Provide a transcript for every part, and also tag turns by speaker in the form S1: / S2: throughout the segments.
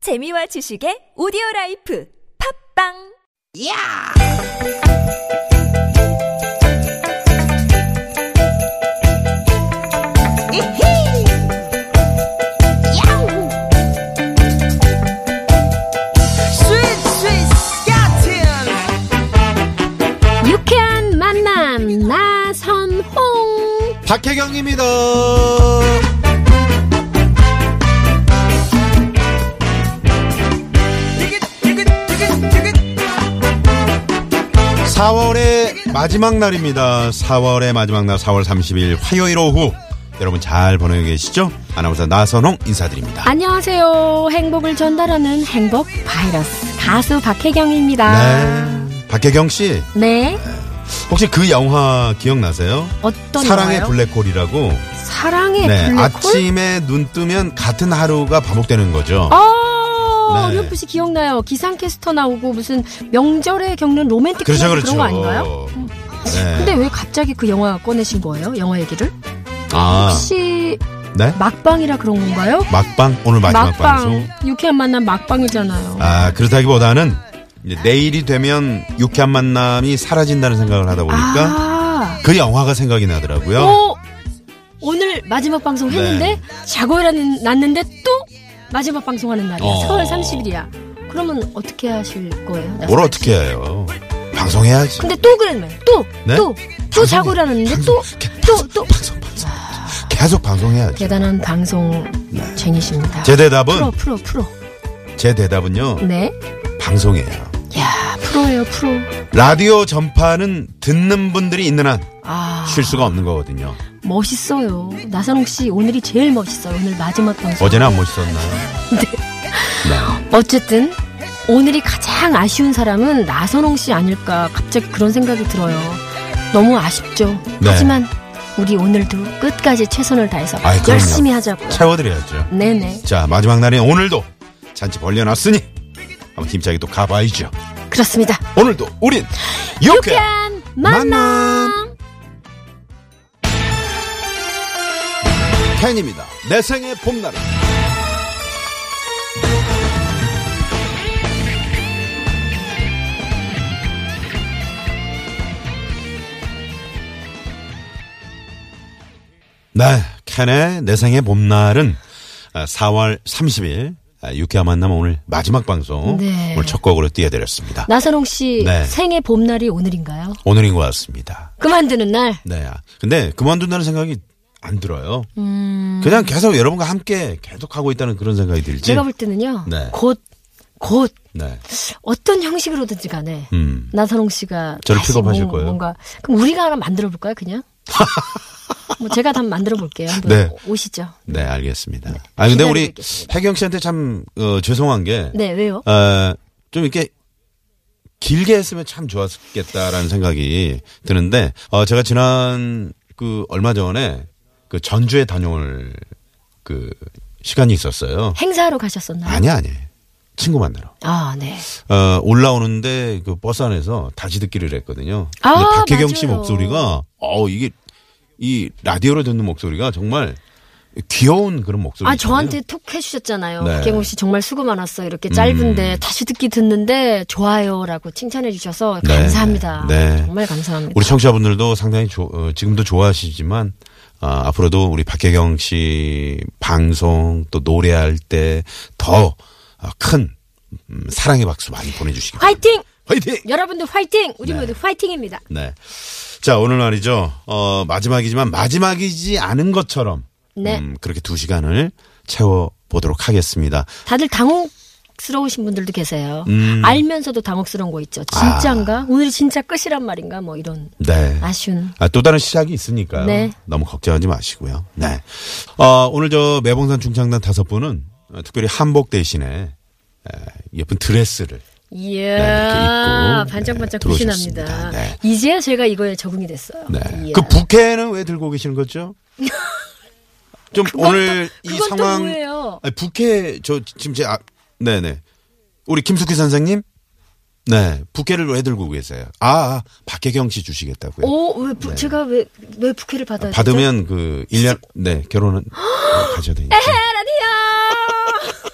S1: 재미와 지식의 오디오 라이프 팝빵!
S2: Sweet, sweet Scotland.
S3: 유쾌한 만남 나선홍
S4: 박혜경입니다.
S2: Dig it, dig it, dig it, dig it.
S4: 4월의 마지막 날입니다. 4월의 마지막 날, 4월 30일 화요일 오후. 여러분 잘 보내고 계시죠? 아나운서 나선홍 인사드립니다.
S3: 안녕하세요 행복을 전달하는 행복 바이러스 가수 아. 박혜경입니다
S4: 네. 박혜경 씨,
S3: 네,
S4: 혹시 그 영화 기억나세요?
S3: 어떤
S4: 사랑의
S3: 영화요?
S4: 블랙홀이라고.
S3: 사랑의
S4: 네.
S3: 블랙홀
S4: 아침에 눈 뜨면 같은 하루가 반복되는 거죠.
S3: 아
S4: 네.
S3: 어, 어렴풋이 기억나요 기상캐스터 나오고 무슨 명절에 겪는 로맨틱
S4: 그렇죠,
S3: 코미디 그런
S4: 그렇죠.
S3: 거 아닌가요?
S4: 네.
S3: 근데 왜 갑자기 그 영화 꺼내신 거예요 영화 얘기를
S4: 아,
S3: 혹시
S4: 네?
S3: 막방이라 그런 건가요?
S4: 막방? 오늘 마지막
S3: 막방
S4: 방송.
S3: 유쾌한 만남 막방이잖아요
S4: 아, 그렇다기보다는 이제 내일이 되면 유쾌한 만남이 사라진다는 생각을 하다 보니까
S3: 아.
S4: 그 영화가 생각이 나더라고요.
S3: 어, 오늘 마지막 방송 했는데
S4: 네.
S3: 자고 일어났는데 또 마지막 방송하는 날이야.
S4: 어.
S3: 4월 30일이야. 그러면 어떻게 하실 거예요?
S4: 뭘 어떻게 해요? 방송해야지.
S3: 근데 또 그랬네. 또,
S4: 네?
S3: 또, 또
S4: 방송해.
S3: 자고 일어났는데 또, 또, 또.
S4: 방송, 방송. 계속 방송해야지.
S3: 대단한 방송쟁이십니다.
S4: 네.
S3: 프로,
S4: 제 대답은,
S3: 프로, 프로.
S4: 제 대답은요,
S3: 네.
S4: 방송이에요.
S3: 야, 프로예요, 프로.
S4: 라디오 전파는 듣는 분들이 있는 한 쉴
S3: 아,
S4: 수가 없는 거거든요.
S3: 멋있어요. 나선홍 씨, 오늘이 제일 멋있어요. 오늘 마지막 방송.
S4: 어제는 안 멋있었나요?
S3: 어쨌든 오늘이 가장 아쉬운 사람은 나선홍 씨 아닐까 갑자기 그런 생각이 들어요. 너무 아쉽죠.
S4: 네.
S3: 하지만 우리 오늘도 끝까지 최선을 다해서
S4: 아이, 그럼요.
S3: 열심히 하자고요.
S4: 채워드려야죠.
S3: 네네.
S4: 자, 마지막 날인 오늘도 잔치 벌려놨으니 한번 힘차게 또 가봐야죠.
S3: 그렇습니다.
S4: 오늘도 우린 유쾌
S3: 유쾌한 만남.
S4: 만남. 캔입니다. 내 생의 봄날은. 네, 캔의 내 생의 봄날은 아, 4월 30일 아, 유쾌한 만남 오늘 마지막 방송
S3: 네.
S4: 오늘 첫 곡으로 띄워드렸습니다.
S3: 나선홍 씨
S4: 네.
S3: 생애 봄날이 오늘인가요?
S4: 오늘인 것 같습니다.
S3: 그만두는 날.
S4: 네. 아, 근데 그만둔다는 생각이 안 들어요. 그냥 계속 여러분과 함께 계속 하고 있다는 그런 생각이 들지.
S3: 제가 볼 때는요.
S4: 네.
S3: 곧, 곧
S4: 네.
S3: 어떤 형식으로든지 간에
S4: 음.
S3: 나선홍 씨가
S4: 저를
S3: 다시
S4: 픽업하실
S3: 뭐-
S4: 거예요?
S3: 뭔가 그럼 우리가 하나 만들어 볼까요, 그냥? 뭐 제가 다 만들어 볼게요. 한번
S4: 네.
S3: 오시죠.
S4: 네, 알겠습니다. 아 근데 우리
S3: 기다리겠습니다.
S4: 혜경 씨한테 참 어, 죄송한 게
S3: 네, 왜요?
S4: 어, 좀 이렇게 길게 했으면 참 좋았겠다라는 생각이 드는데 어, 제가 지난 그 얼마 전에 그 전주에 다녀올 그 시간이 있었어요.
S3: 행사하러 가셨었나요?
S4: 아니 아니. 친구 만나러.
S3: 아, 네.
S4: 어, 올라오는데 그 버스 안에서 다시 듣기를 했거든요.
S3: 아,
S4: 근데 박혜경 씨
S3: 맞아요.
S4: 목소리가 어 이게 이 라디오로 듣는 목소리가 정말 귀여운 그런 목소리.
S3: 아, 저한테 톡 해주셨잖아요.
S4: 네. 음.
S3: 박경호 씨 정말 수고 많았어. 이렇게 짧은데 다시 듣기 듣는데 좋아요라고 칭찬해 주셔서
S4: 네.
S3: 감사합니다.
S4: 네.
S3: 정말 감사합니다.
S4: 우리 청취자분들도 상당히 조- 어, 지금도 좋아하시지만 아, 앞으로도 우리 박혜경 씨 방송 또 노래할 때 더 큰 음, 사랑의 박수 많이 보내주시기 바랍니다.
S3: 화이팅!
S4: 화이팅!
S3: 여러분들 화이팅! 우리 모두 화이팅입니다.
S4: 네. 자, 오늘 말이죠. 어, 마지막이지만 마지막이지 않은 것처럼.
S3: 네.
S4: 음, 그렇게 두 시간을 채워보도록 하겠습니다.
S3: 다들 당혹스러우신 분들도 계세요.
S4: 음.
S3: 알면서도 당혹스러운 거 있죠. 진짜인가?
S4: 아.
S3: 오늘이 진짜 끝이란 말인가? 뭐 이런
S4: 네.
S3: 아쉬운.
S4: 아, 또 다른 시작이 있으니까요.
S3: 네.
S4: 너무 걱정하지 마시고요. 네. 어, 오늘 저 매봉산 중창단 다섯 분은 어, 특별히 한복 대신에 에, 예쁜 드레스를.
S3: 이야,
S4: 네, 이렇게 입고,
S3: 반짝반짝
S4: 네,
S3: 빛이
S4: 들어오셨습니다.
S3: 납니다.
S4: 네.
S3: 이제야 제가 이거에 적응이 됐어요.
S4: 네.
S3: 이야.
S4: 그 부캐는 왜 들고 계시는 거죠? 좀
S3: 그건
S4: 오늘
S3: 또-
S4: 이
S3: 그건 또
S4: 상황.
S3: 뭐예요?
S4: 아니, 부캐 저 지금 제 아, 네네. 우리 김숙희 선생님. 네. 부캐를 왜 들고 계세요? 아, 아 박혜경 씨 주시겠다고요.
S3: 오, 어, 네, 왜 부, 제가 왜, 왜 부캐를 받아야 되죠?
S4: 네. 받으면 그 1년 네, 결혼은 가져야 되니까.
S3: 에헤, 라디오!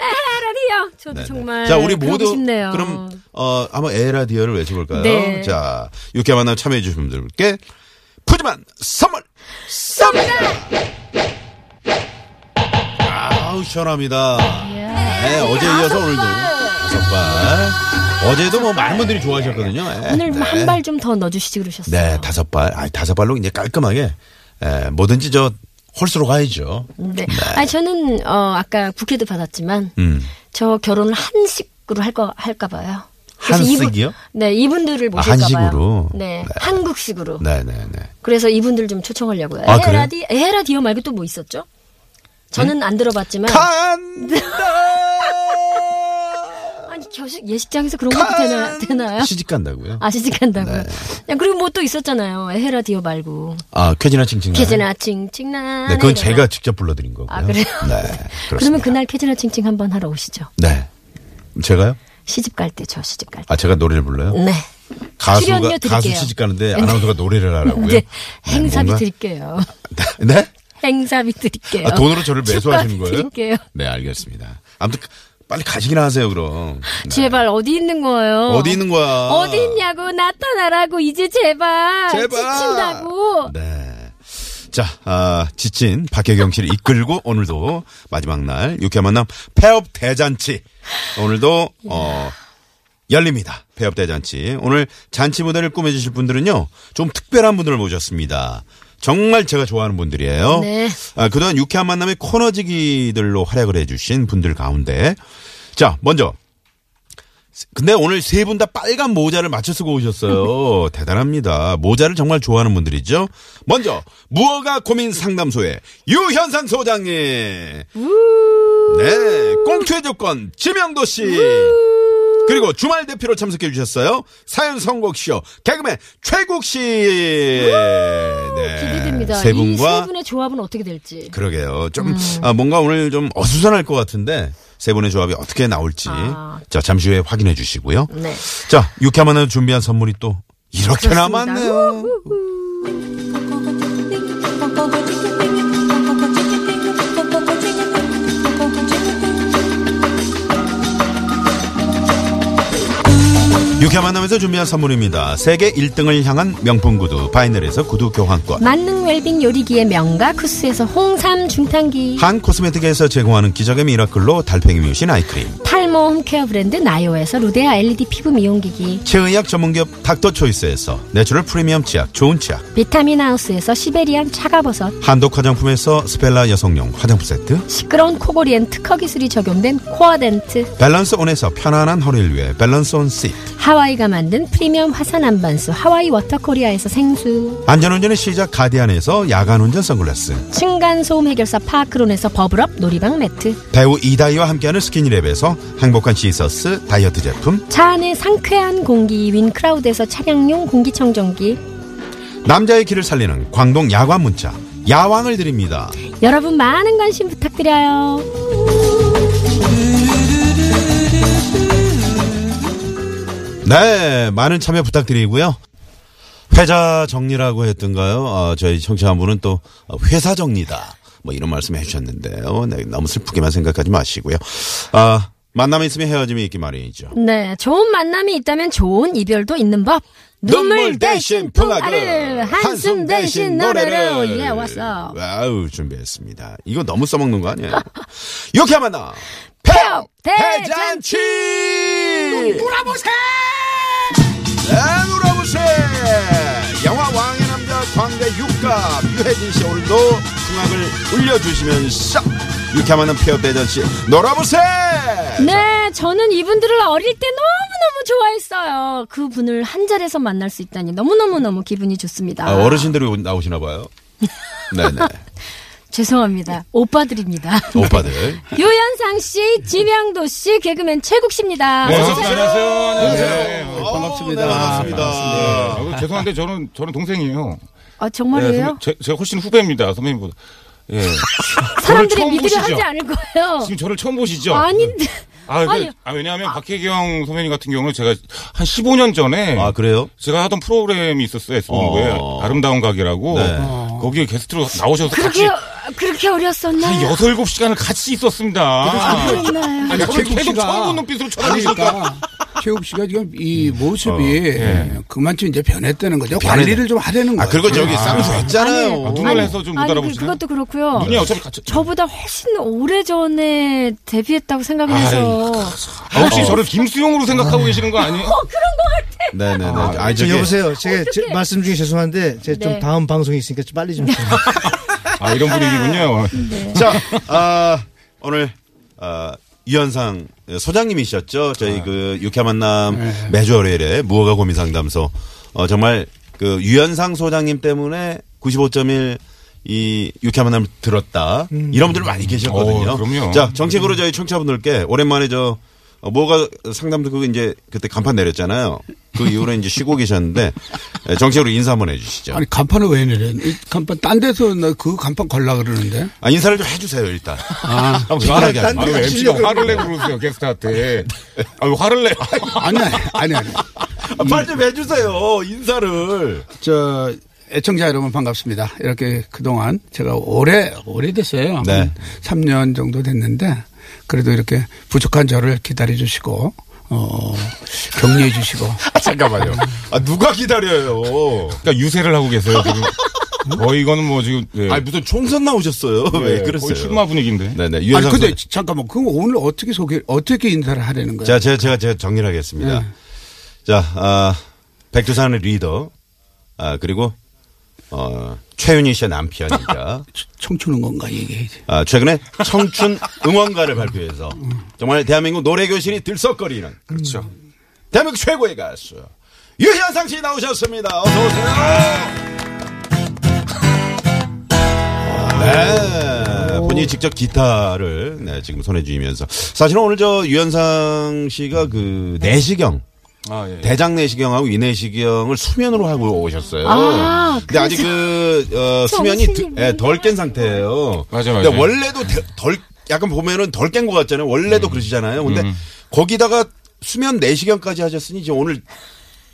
S3: 에헤, 라디오! 저도
S4: 네네.
S3: 정말
S4: 자, 우리
S3: 그러고
S4: 모두
S3: 싶네요.
S4: 그럼 어 한번 에라디어를 외쳐볼까요?
S3: 네.
S4: 자, 이렇게 만나 참여해 주신 분들께 푸짐한 선물 쏩니다. 아우 시원합니다.
S3: 예.
S4: 네, 어제
S3: 아,
S4: 이어서 오늘도 다섯 발. 어제도 뭐 많은 분들이 좋아하셨거든요. 예.
S3: 오늘
S4: 네.
S3: 한 발 좀 더 넣어주시지 그러셨어요.
S4: 네, 다섯 발. 아, 다섯 발로 이제 깔끔하게 예, 뭐든지 저 홀수로 가야죠.
S3: 네. 아니 저는 어 아까 국회도 받았지만
S4: 음.
S3: 저 결혼을 한식으로 할거 할까 봐요. 그래서
S4: 한식이요?
S3: 이분- 네, 이분들을
S4: 아,
S3: 모실까
S4: 한식으로?
S3: 봐요. 네,
S4: 네.
S3: 한국식으로.
S4: 네, 네, 네.
S3: 그래서 이분들 좀 초청하려고요.
S4: 아, 그래요? 네?
S3: 에라디 에라디오 말고 또 뭐 있었죠? 저는 안 들어봤지만
S4: 간다.
S3: 아니 결식 예식장에서 그런 것도 되나 되나요?
S4: 시집 네. 간다고요?
S3: 아 시집 간다고요. 야, 그리고 뭐 또 있었잖아요. 에라디오 말고
S4: 아, 쾌지나 칭칭.
S3: 캐제나 칭칭나.
S4: 네, 그건 제가 직접 불러드린 거고요.
S3: 아, 그래요?
S4: 네, 그렇습니다.
S3: 그러면 그날 캐제나 칭칭 한번 하러 오시죠.
S4: 네, 제가요?
S3: 시집 갈 때 저 시집 갈 때.
S4: 아, 제가 노래를 불러요?
S3: 네. 출연료
S4: 가수가
S3: 드릴게요.
S4: 가수 시집 가는데 아나운서가 노래를 하라고요? 네,
S3: 이제 행사비
S4: 뭔가-
S3: 드릴게요.
S4: 네?
S3: 행사비 드릴게요.
S4: 아, 돈으로 저를 매수하시는
S3: 축가비
S4: 거예요?
S3: 드릴게요.
S4: 네, 알겠습니다. 아무튼 빨리 가시기나 하세요, 그럼. 네.
S3: 제발 어디 있는 거예요?
S4: 어디 있는 거야?
S3: 어디 있냐고 나타나라고 이제 제발,
S4: 제발.
S3: 지친다고.
S4: 네. 자, 아, 지친 박혜경 씨를 이끌고 오늘도 마지막 날 육회 만남 폐업 대잔치. 오늘도 어 열립니다. 폐업 대잔치. 오늘 잔치 무대를 꾸며 주실 분들은요. 좀 특별한 분들을 모셨습니다. 정말 제가 좋아하는 분들이에요.
S3: 네.
S4: 아, 그동안 유쾌한 만남의 코너지기들로 활약을 해주신 분들 가운데. 자, 먼저. 근데 오늘 세 분 다 빨간 모자를 맞춰 쓰고 오셨어요. 대단합니다. 모자를 정말 좋아하는 분들이죠. 먼저, 무허가 고민 상담소의 유현상 소장님. 네. 꽁투의 조건, 지명도 씨. 그리고 주말 대표로 참석해 주셨어요. 사연 선곡쇼, 개그맨 최국 씨. 네.
S3: 기대됩니다.
S4: 세
S3: 이
S4: 분과
S3: 세 분의 조합은 어떻게 될지.
S4: 그러게요. 좀
S3: 음.
S4: 아, 뭔가 오늘 좀 어수선할 것 같은데 세 분의 조합이 어떻게 나올지
S3: 아.
S4: 자 잠시 후에 확인해 주시고요.
S3: 네.
S4: 자 유쾌만을 준비한 선물이 또 이렇게
S3: 그렇습니다.
S4: 남았네요. 유쾌 만남에서 준비한 선물입니다. 세계 1등을 향한 명품 구두 바이넬에서 구두 교환권.
S3: 만능 웰빙 요리기의 명가 쿠스에서 홍삼 중탕기
S4: 한 코스메틱에서 제공하는 기적의 미라클로 달팽이 뮤신 아이크림.
S3: 탈모 홈케어 브랜드 나요에서 루데아 LED 피부 미용기기
S4: 체의학 전문기업 닥터 초이스에서 내추럴 프리미엄 치약 좋은 치약.
S3: 비타민 하우스에서 시베리안 차가버섯
S4: 한독 화장품에서 스펠라 여성용 화장품 세트.
S3: 시끄러운 코골이엔 특허 기술이 적용된 코어덴트
S4: 밸런스 온에서 편안한 허리를 위해 밸런스 온 시트.
S3: 하와이가 만든 프리미엄 화산 안반수 하와이 워터코리아에서 생수
S4: 안전운전의 시작 가디안에서 야간운전 선글라스.
S3: 층간소음 해결사 파크론에서 버블업 놀이방 매트
S4: 배우 이다희와 함께하는 스키니랩에서 행복한 시서스 다이어트 제품.
S3: 차 안의 상쾌한 공기 윈크라우드에서 차량용 공기청정기
S4: 남자의 길을 살리는 광동 야관 문자. 야왕을 드립니다.
S3: 여러분 많은 관심 부탁드려요
S4: 네, 많은 참여 부탁드리고요. 회자 정리라고 했던가요? 아, 저희 청취자분은 또 어, 회사 정리다. 뭐 이런 말씀 해주셨는데요. 네, 너무 슬프게만 생각하지 마시고요. 아, 만남이 있으면 헤어짐이 있기 마련이죠.
S3: 네 좋은 만남이 있다면 좋은 이별도 있는 법 눈물 대신 풍화를 한숨 대신 노래를 예 왔어
S4: 와우 준비했습니다. 이거 너무 써먹는 거 아니에요? 이렇게 만나 폐업 대잔치 놀아보세 놀아보세 네, 영화 왕의 남자 광대 육갑 유해진 씨 오늘도 중학을 올려주시면서 이렇게 만나 폐업 대잔치 놀아보세
S3: 네, 저는 이분들을 어릴 때 너무너무 좋아했어요. 그분을 한 자리에서 만날 수 있다니 너무너무너무 기분이 좋습니다.
S4: 아, 어르신들이 오- 나오시나 봐요. 네네
S3: 죄송합니다. 오빠들입니다.
S4: 오빠들
S3: 유현상 씨, 지명도 씨, 개그맨 최국 씨입니다.
S5: 네,
S3: 어서 오세요.
S5: 안녕하세요. 안녕하세요. 네,
S4: 아우,
S5: 반갑습니다.
S4: 네, 반갑습니다.
S5: 반갑습니다. 아이고, 죄송한데 저는 저는 동생이에요.
S3: 아,
S5: 네,
S3: 정말이에요?
S5: 선배- 제, 제가 훨씬 후배입니다. 선배님보다. 예.
S3: 사람들이
S5: 저를 처음
S3: 믿으려
S5: 보시죠?
S3: 하지 않을 거예요.
S5: 지금 저를 처음 보시죠?
S3: 아닌데.
S5: 아,
S3: 아니,
S5: 그, 아 왜냐하면 박혜경 선배님 같은 경우는 제가 한 15년 전에
S4: 아 그래요?
S5: 제가 하던 프로그램이
S4: 어.
S5: 있었어요. S본부에 아름다운 가게라고
S4: 네.
S5: 거기에 게스트로 나오셔서 같이
S3: 그렇게 그렇게 어렸었나요?
S5: 한 여섯 일곱 시간을 같이 있었습니다.
S3: 그랬나요?
S5: 아니, 저를
S6: 최국
S5: 계속
S6: 씨가-
S5: 처음 눈빛으로 쳐다보니까.
S6: 그러니까 최욱 씨가 지금 이 모습이
S5: 예.
S6: 그만큼 이제 변했다는 거죠.
S4: 어, 변했네.
S6: 관리를 좀 하려는
S4: 아
S6: 거예요.
S4: 그리고 저기 쌍수했잖아요.
S5: 아, 눈을 해서 좀 못
S3: 아니, 그,
S5: 알아보시나요?
S3: 그것도 그렇고요.
S5: 눈이 어차피 같이.
S3: 저보다 훨씬 오래 전에 데뷔했다고 생각을
S5: 아이,
S3: 해서
S5: 아, 혹시 저를 김수용으로 생각하고 계시는 거 아니에요?
S4: 네네네. 아,
S7: 저
S4: 저기
S7: 여보세요. 제가 제- 말씀 중에 죄송한데
S3: 네.
S7: 제가 좀 다음 방송이 있으니까 좀 빨리 좀.
S5: 아, 이런 분위기군요.
S4: 자, 아, 오늘, 아, 유현상 소장님이셨죠. 저희 그 육회 만남
S5: 네.
S4: 매주 월요일에 무허가 고민 상담소. 어, 정말 그 유현상 소장님 때문에 95.1 이 육회 만남 들었다. 이런 분들 많이 계셨거든요.
S5: 음. 어, 그럼요.
S4: 자, 정책으로 저희 청취자분들께 오랜만에 저 어, 뭐가 상담도 그거 이제 그때 간판 내렸잖아요. 그 이후로 이제 쉬고 계셨는데 에, 정책으로 인사 한번 해주시죠.
S6: 아니 간판을 왜 내려? 이 간판 딴 데서 나 그 간판 걸라 그러는데.
S4: 아, 인사를 좀 해주세요 일단.
S6: 아,
S4: 한번 편하게 하죠.
S5: 아유, MC가 화를 내고 그러세요, 게스트한테. 아유, 화를 내.
S6: 아니 아니 아니. 아니.
S4: 아, 말좀 해주세요 인사를.
S6: 저 애청자 여러분 반갑습니다. 이렇게 그동안 제가 오래 오래됐어요.
S4: 네.
S6: 한 3년 정도 됐는데 그래도 이렇게 부족한 저를 기다려 주시고 어 격려해 주시고
S5: 잠깐만요.
S4: 아 누가 기다려요?
S5: 그러니까 유세를 하고 계세요, 지금. 어, 이거는 뭐 지금.
S6: 네.
S5: 예.
S4: 아 무슨 총선 나오셨어요? 왜
S5: 거의
S4: 그랬어요?
S5: 출마 분위기인데.
S4: 네네
S6: 아니
S4: 유현상.
S6: 근데
S4: 선생님.
S6: 잠깐만 그럼 오늘 어떻게 소개 어떻게 인사를 하려는 거예요?
S4: 자 제가 제가 제가 정리를 하겠습니다.
S6: 네.
S4: 자 아, 백두산의 리더 아 그리고 어, 최윤희 씨의 남편이자
S6: 청춘은 건가 얘기해야지.
S4: 아, 최근에 청춘 응원가를 발표해서 정말 대한민국 노래 교실이 들썩거리는 그렇죠. 대한민국 최고의 가수 유현상 씨 나오셨습니다. 어서 오세요. 네. 본인이 직접 기타를 네, 지금 손에 쥐면서 사실은 오늘 저 유현상 씨가 그 내시경
S5: 아, 예.
S4: 대장 내시경하고 위내시경을 수면으로 하고 오셨어요.
S3: 아,
S4: 근데 아직 그 어, 수면이
S3: 정신이
S4: 덜 깬 상태예요.
S5: 맞아, 맞아.
S4: 근데 원래도 대- 덜 약간 보면은 덜 깬 것 같잖아요.
S5: 음.
S4: 원래도 그러시잖아요. 근데 거기다가 수면 내시경까지 하셨으니 이제 오늘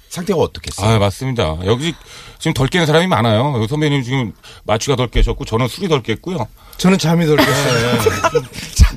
S4: 상태가 어떻겠어요?
S5: 아, 맞습니다. 여기 지금 덜 깨는 사람이 많아요. 여기 선배님 지금 마취가 덜 깨셨고, 저는 술이 덜 깼고요.
S7: 저는 잠이 덜
S4: 아.
S7: 깼어요.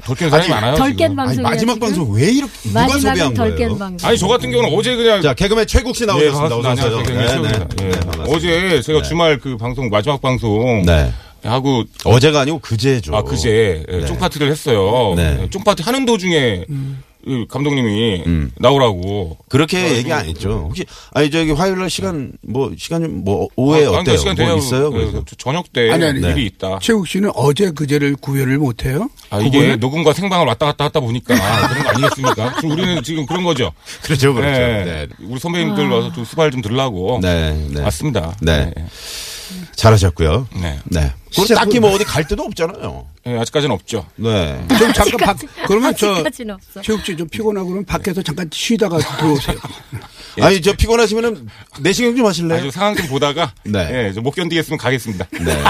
S5: 덜 깨는 사람이 많아요.
S3: 덜 깬
S5: 지금.
S4: 아니,
S3: 방송이야.
S4: 마지막
S3: 지금?
S4: 방송 왜 이렇게 누가
S3: 마지막은
S4: 소개한
S3: 덜 깬
S4: 거예요?
S3: 방송.
S5: 아니, 저 같은 경우는 어제 그냥.
S4: 자 개그맨 최국 씨 나오셨습니다. 어서
S5: 네, 반갑습니다.
S4: 오세요.
S5: 안녕하세요. 최욱입니다. 예.
S4: 네, 반갑습니다.
S5: 어제 제가 주말 그 방송 마지막 방송
S4: 네.
S5: 하고
S4: 어제가 아니고 그제죠.
S5: 아 그제 예, 쫑파티를 했어요.
S4: 네.
S5: 예, 쫑파티 하는 도중에
S6: 음.
S5: 이 감독님이
S4: 음.
S5: 나오라고.
S4: 그렇게 얘기 안 했죠. 혹시 아니 저기 화요일 날 시간 뭐 시간 좀 뭐 오후에
S5: 아, 아니,
S4: 어때요?
S5: 그 시간
S4: 뭐
S5: 되냐고,
S4: 있어요?
S5: 예,
S4: 그래서. 네.
S5: 저- 저녁 때
S6: 아니, 아니,
S5: 일이 있다.
S6: 네. 최욱 씨는 어제 그제를 구별을 못해요?
S5: 아, 이게 녹음과 생방을 왔다 갔다 하다 보니까 아, 그런 거 아니겠습니까? 지금 우리는 지금 그런 거죠.
S4: 그렇죠, 그렇죠.
S5: 예.
S4: 네.
S5: 우리 선배님들
S6: 아.
S5: 와서 좀 수발 좀 들라고.
S4: 네, 네.
S5: 맞습니다.
S4: 네.
S5: 예,
S4: 잘하셨고요.
S5: 네.
S4: 그리고 딱히 뭐 어디 갈 데도 없잖아요.
S5: 예, 아직까지는 없죠.
S4: 네.
S6: 좀 잠깐 밖- 그러면 저
S3: 아직까지는 없어.
S6: 최욱 씨 좀 피곤하고 그러면 밖에서 잠깐 쉬다가 들어오세요.
S4: 아니 저 피곤하시면은 내시경 좀 하실래요?
S5: 아주 상황 좀 보다가
S4: 네.
S5: 예, 저못 견디겠으면 가겠습니다.
S4: 네.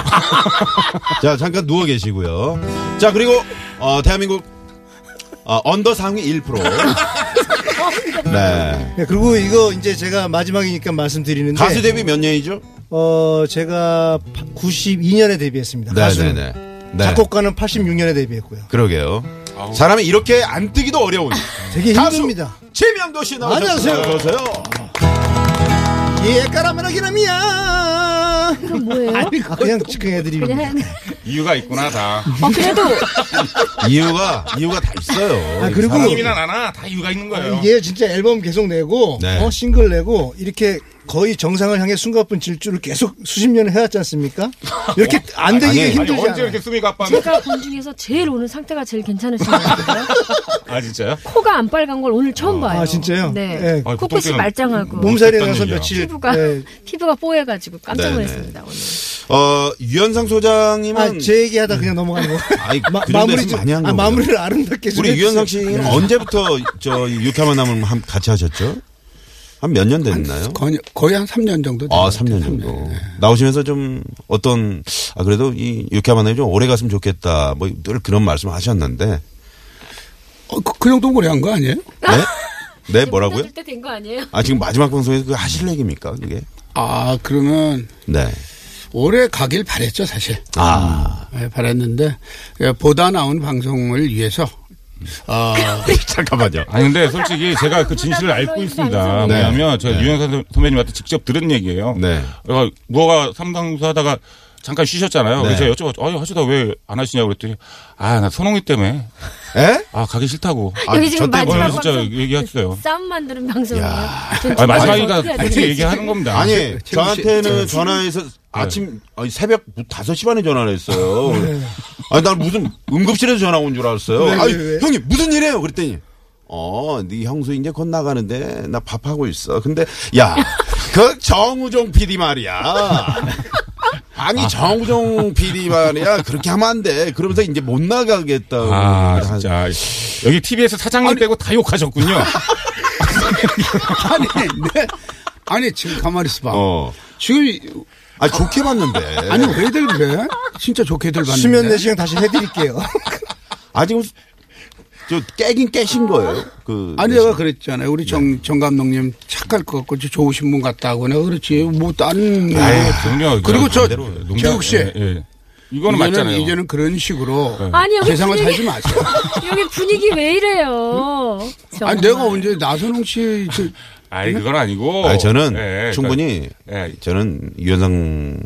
S4: 자 잠깐 누워 계시고요. 자 그리고 어, 대한민국 어, 언더 상위 1%. 네.
S7: 네, 그리고 이거 이제 제가 마지막이니까 말씀드리는데
S4: 가수 데뷔 몇 년이죠?
S7: 어 제가 92년에 데뷔했습니다.
S4: 네,
S7: 가수.
S4: 네, 네. 네.
S7: 작곡가는 86년에 데뷔했고요.
S4: 그러게요. 사람이 이렇게 안 뜨기도 어려운
S7: 되게
S4: 가수
S7: 힘듭니다.
S4: 최명도 씨 나오셨어요.
S7: 안녕하세요.
S4: 어서오세요.
S7: 예, 까라메라 기남이야.
S3: 그럼 뭐예요?
S7: 그냥 그냥
S3: 그냥
S7: 애드립니다.
S3: 하는.
S5: 이유가 있구나 다.
S3: 어, 그래도
S4: 이유가 이유가 다 있어요.
S7: 아, 그리고-
S4: 이 사람이.
S5: 이나 나나 다 이유가 있는 거예요.
S7: 이게 진짜 앨범 계속 내고
S4: 네.
S7: 어, 싱글 내고 이렇게 거의 정상을 향해 숨가쁜 질주를 계속 수십 년을 해왔지 않습니까? 이렇게 안 되기가
S4: 아니, 아니,
S5: 아니
S7: 힘들지
S5: 언제
S7: 않아요.
S5: 이렇게 숨이 가빠면
S3: 제가 본 중에서 제일 오늘 상태가 제일 괜찮으신 것 같아요.
S5: 아 진짜요?
S3: 코가 안 빨간 걸 오늘 처음 봐요.
S7: 아, 진짜요?
S3: 네.
S7: 예.
S5: 아니, 보통
S3: 코끝이
S5: 때는
S3: 말짱하고
S7: 몸살이
S5: 어떤
S7: 나서
S5: 일이야?
S7: 며칠
S3: 피부가
S7: 네.
S3: 피부가 뽀해가지고 깜짝
S4: 네네.
S3: 놀랐습니다 오늘.
S4: 어 유현상 소장님은
S7: 아, 제 얘기하다 그냥 넘어가는 거.
S4: 아니,
S7: 마,
S4: 그 정도에서
S7: 마무리 좀,
S4: 많이 한
S7: 아,
S4: 거고요.
S7: 마무리를 아름답게 좀
S4: 우리
S7: 해주세요.
S4: 유현상
S7: 음.
S4: 씨는 언제부터 저 육회만 남은 함- 같이 하셨죠? 한 몇 년 됐나요?
S6: 거의, 거의 한 3년 정도.
S4: 아,
S6: 된
S4: 삼
S6: 것
S4: 년
S6: 같아요.
S4: 정도. 나오시면서 좀 어떤 아 그래도 이 육회만 남이 좀 오래 갔으면 좋겠다. 뭐 늘 그런 말씀 하셨는데.
S6: 어, 그, 그 정도 오래 한 거 아니에요?
S4: 네? 네, 뭐라고요?
S3: 때된거 아니에요?
S4: 아, 지금 마지막 방송에서 그 하실 얘기입니까? 그게?
S6: 아, 그러면
S4: 네.
S6: 오래 가길 바랬죠 사실.
S4: 아.
S6: 예, 바랬는데 예, 보다 나은 방송을 위해서 어,
S4: 잠깐만요.
S5: 아니 근데 솔직히 제가 그 진실을 알고 있습니다.
S4: 네.
S5: 왜냐하면 제가
S4: 네.
S5: 유영선 선- 선배님한테 직접 들은 얘기예요.
S4: 네.
S5: 그래서 무허가 삼당수 하다가 잠깐 쉬셨잖아요.
S4: 네.
S5: 그래서 제가 여쭤봤죠. 아니 하시다 왜 안 하시냐고 그랬더니 아 나 손홍이 때문에
S4: 에?
S5: 아 가기 싫다고.
S4: 아,
S3: 여기 지금
S4: 저 때문에
S3: 마지막
S5: 오늘 뭐 진짜
S3: 방송
S5: 얘기했어요.
S3: 싸움 만드는 방송이에요.
S5: 아, 마지막이가 솔직히 얘기하는 겁니다.
S4: 아니 저한테는
S6: 지금
S4: 전화해서
S6: 네.
S4: 아침 아니, 새벽 뭐 5시 반에 전화를 했어요. 아니 난 무슨 응급실에서 전화 온 줄 알았어요.
S6: 네,
S7: 왜, 왜,
S4: 아니
S7: 왜?
S4: 형님 무슨 일이에요? 그랬더니 어, 네 형수 이제 곧 나가는데 나 밥하고 있어. 근데 야, 그 정우종 PD 말이야. 아니 정우종 PD 말이야 그렇게 하면 안 돼. 그러면서 이제 못 나가겠다고.
S5: 아
S4: 한- 아,
S5: 진짜 여기 TBS 사장님 빼고 다 욕하셨군요.
S6: 아니 네. 아니 지금 가만히 있어봐.
S4: 어.
S6: 지금 이-
S4: 아 좋게 봤는데.
S6: 아니 왜들 그래? 진짜 좋게들 봤는데.
S7: 네. 수면 내시경 다시 해드릴게요.
S4: 아 지금 저 깨긴 깨신 거예요. 그
S6: 아니 내가 그랬잖아요. 우리
S5: 네.
S6: 정, 정 감독님 착할 것 같고 좋으신 분 같다고 내가 그렇지 뭐 다른 뭐.
S5: 그럼요.
S6: 그리고 저
S5: 반대로, 농담-
S6: 최욱 씨.
S5: 예, 예. 이거는 맞잖아요. 네.
S6: 이제는 그런 식으로
S3: 아니, 여기
S6: 세상을
S3: 분위기-
S6: 살지 마세요.
S3: 여기 분위기 왜 이래요?
S6: 아니 내가 언제 나선홍 씨 저-
S5: 아니 그건 아니고.
S4: 아니, 저는
S5: 예, 예,
S4: 충분히
S5: 그러니까, 예.
S4: 저는 유현상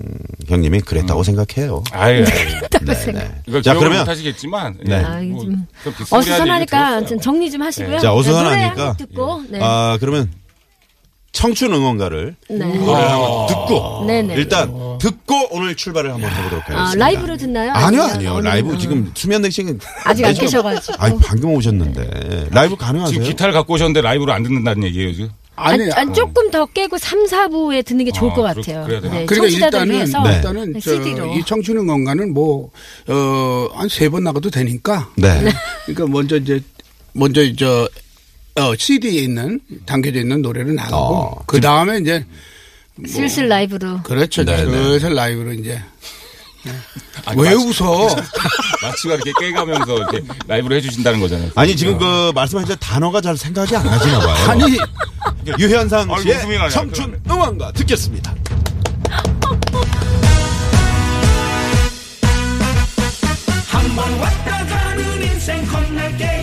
S4: 형님이
S3: 음.
S4: 그랬다고 생각해요.
S5: 아예. 이걸
S4: 네, 자,
S5: 자
S4: 그러면-
S5: 그러면 하시겠지만 예. 뭐,
S4: 네.
S3: 아, 이게 좀 어수선하니까 아무튼 정리 좀 하시고요.
S4: 자
S3: 노래
S4: 어수선하니까.
S3: 한곡 듣고 네.
S4: 아 그러면 청춘 응원가를
S3: 네.
S4: 노래를 한번 듣고
S3: 네네.
S4: 일단
S5: 아.
S4: 듣고 오늘 출발을 한번 해보도록 하겠습니다.
S3: 아, 라이브로 듣나요?
S4: 아니요
S3: 아니면
S4: 아니요
S3: 어느-
S4: 라이브
S3: 음.
S4: 지금 수면 넥싱
S3: 아직 안 깨셔가지고. 네.
S4: 아니 방금 오셨는데 라이브 가능하세요?
S5: 지금 기타를 갖고 오셨는데 라이브로 안 듣는다는 얘기예요 지금.
S6: 아니
S3: 아니, 아니, 조금 더 깨고 3, 4부에 듣는 게 좋을
S5: 아,
S3: 것
S5: 그렇-
S3: 같아요. 네,
S5: 그래야 되나?
S6: 그러니까
S3: 청취자들
S6: 일단은
S3: 위해서
S4: 네.
S6: 일단은
S3: 네, CD로.
S6: 저이 청춘은 건가는 뭐어한 세 번 나가도 되니까
S4: 네.
S6: 그러니까 먼저 이제 먼저 저 어, CD에 있는 담겨져 있는 노래를 나가고
S4: 어.
S6: 그 다음에 이제
S3: 슬슬 라이브로.
S6: 그렇죠
S4: 네, 네.
S6: 슬슬 라이브로 이제
S5: 아니,
S6: 왜
S5: 마치-
S6: 웃어?
S5: 마치가 이렇게 깨가면서 이렇게 라이브를 해주신다는 거잖아요. 예.
S4: 아니 지금 그 말씀하신 단어가 잘 생각이 안 나시나 봐요.
S6: 아니
S4: 유현상
S5: 아이고, 웃음이
S4: 씨의
S5: 나냐,
S4: 예. 청춘 응원가 듣겠습니다.
S2: 한번 왔다 가는 인생 겁날게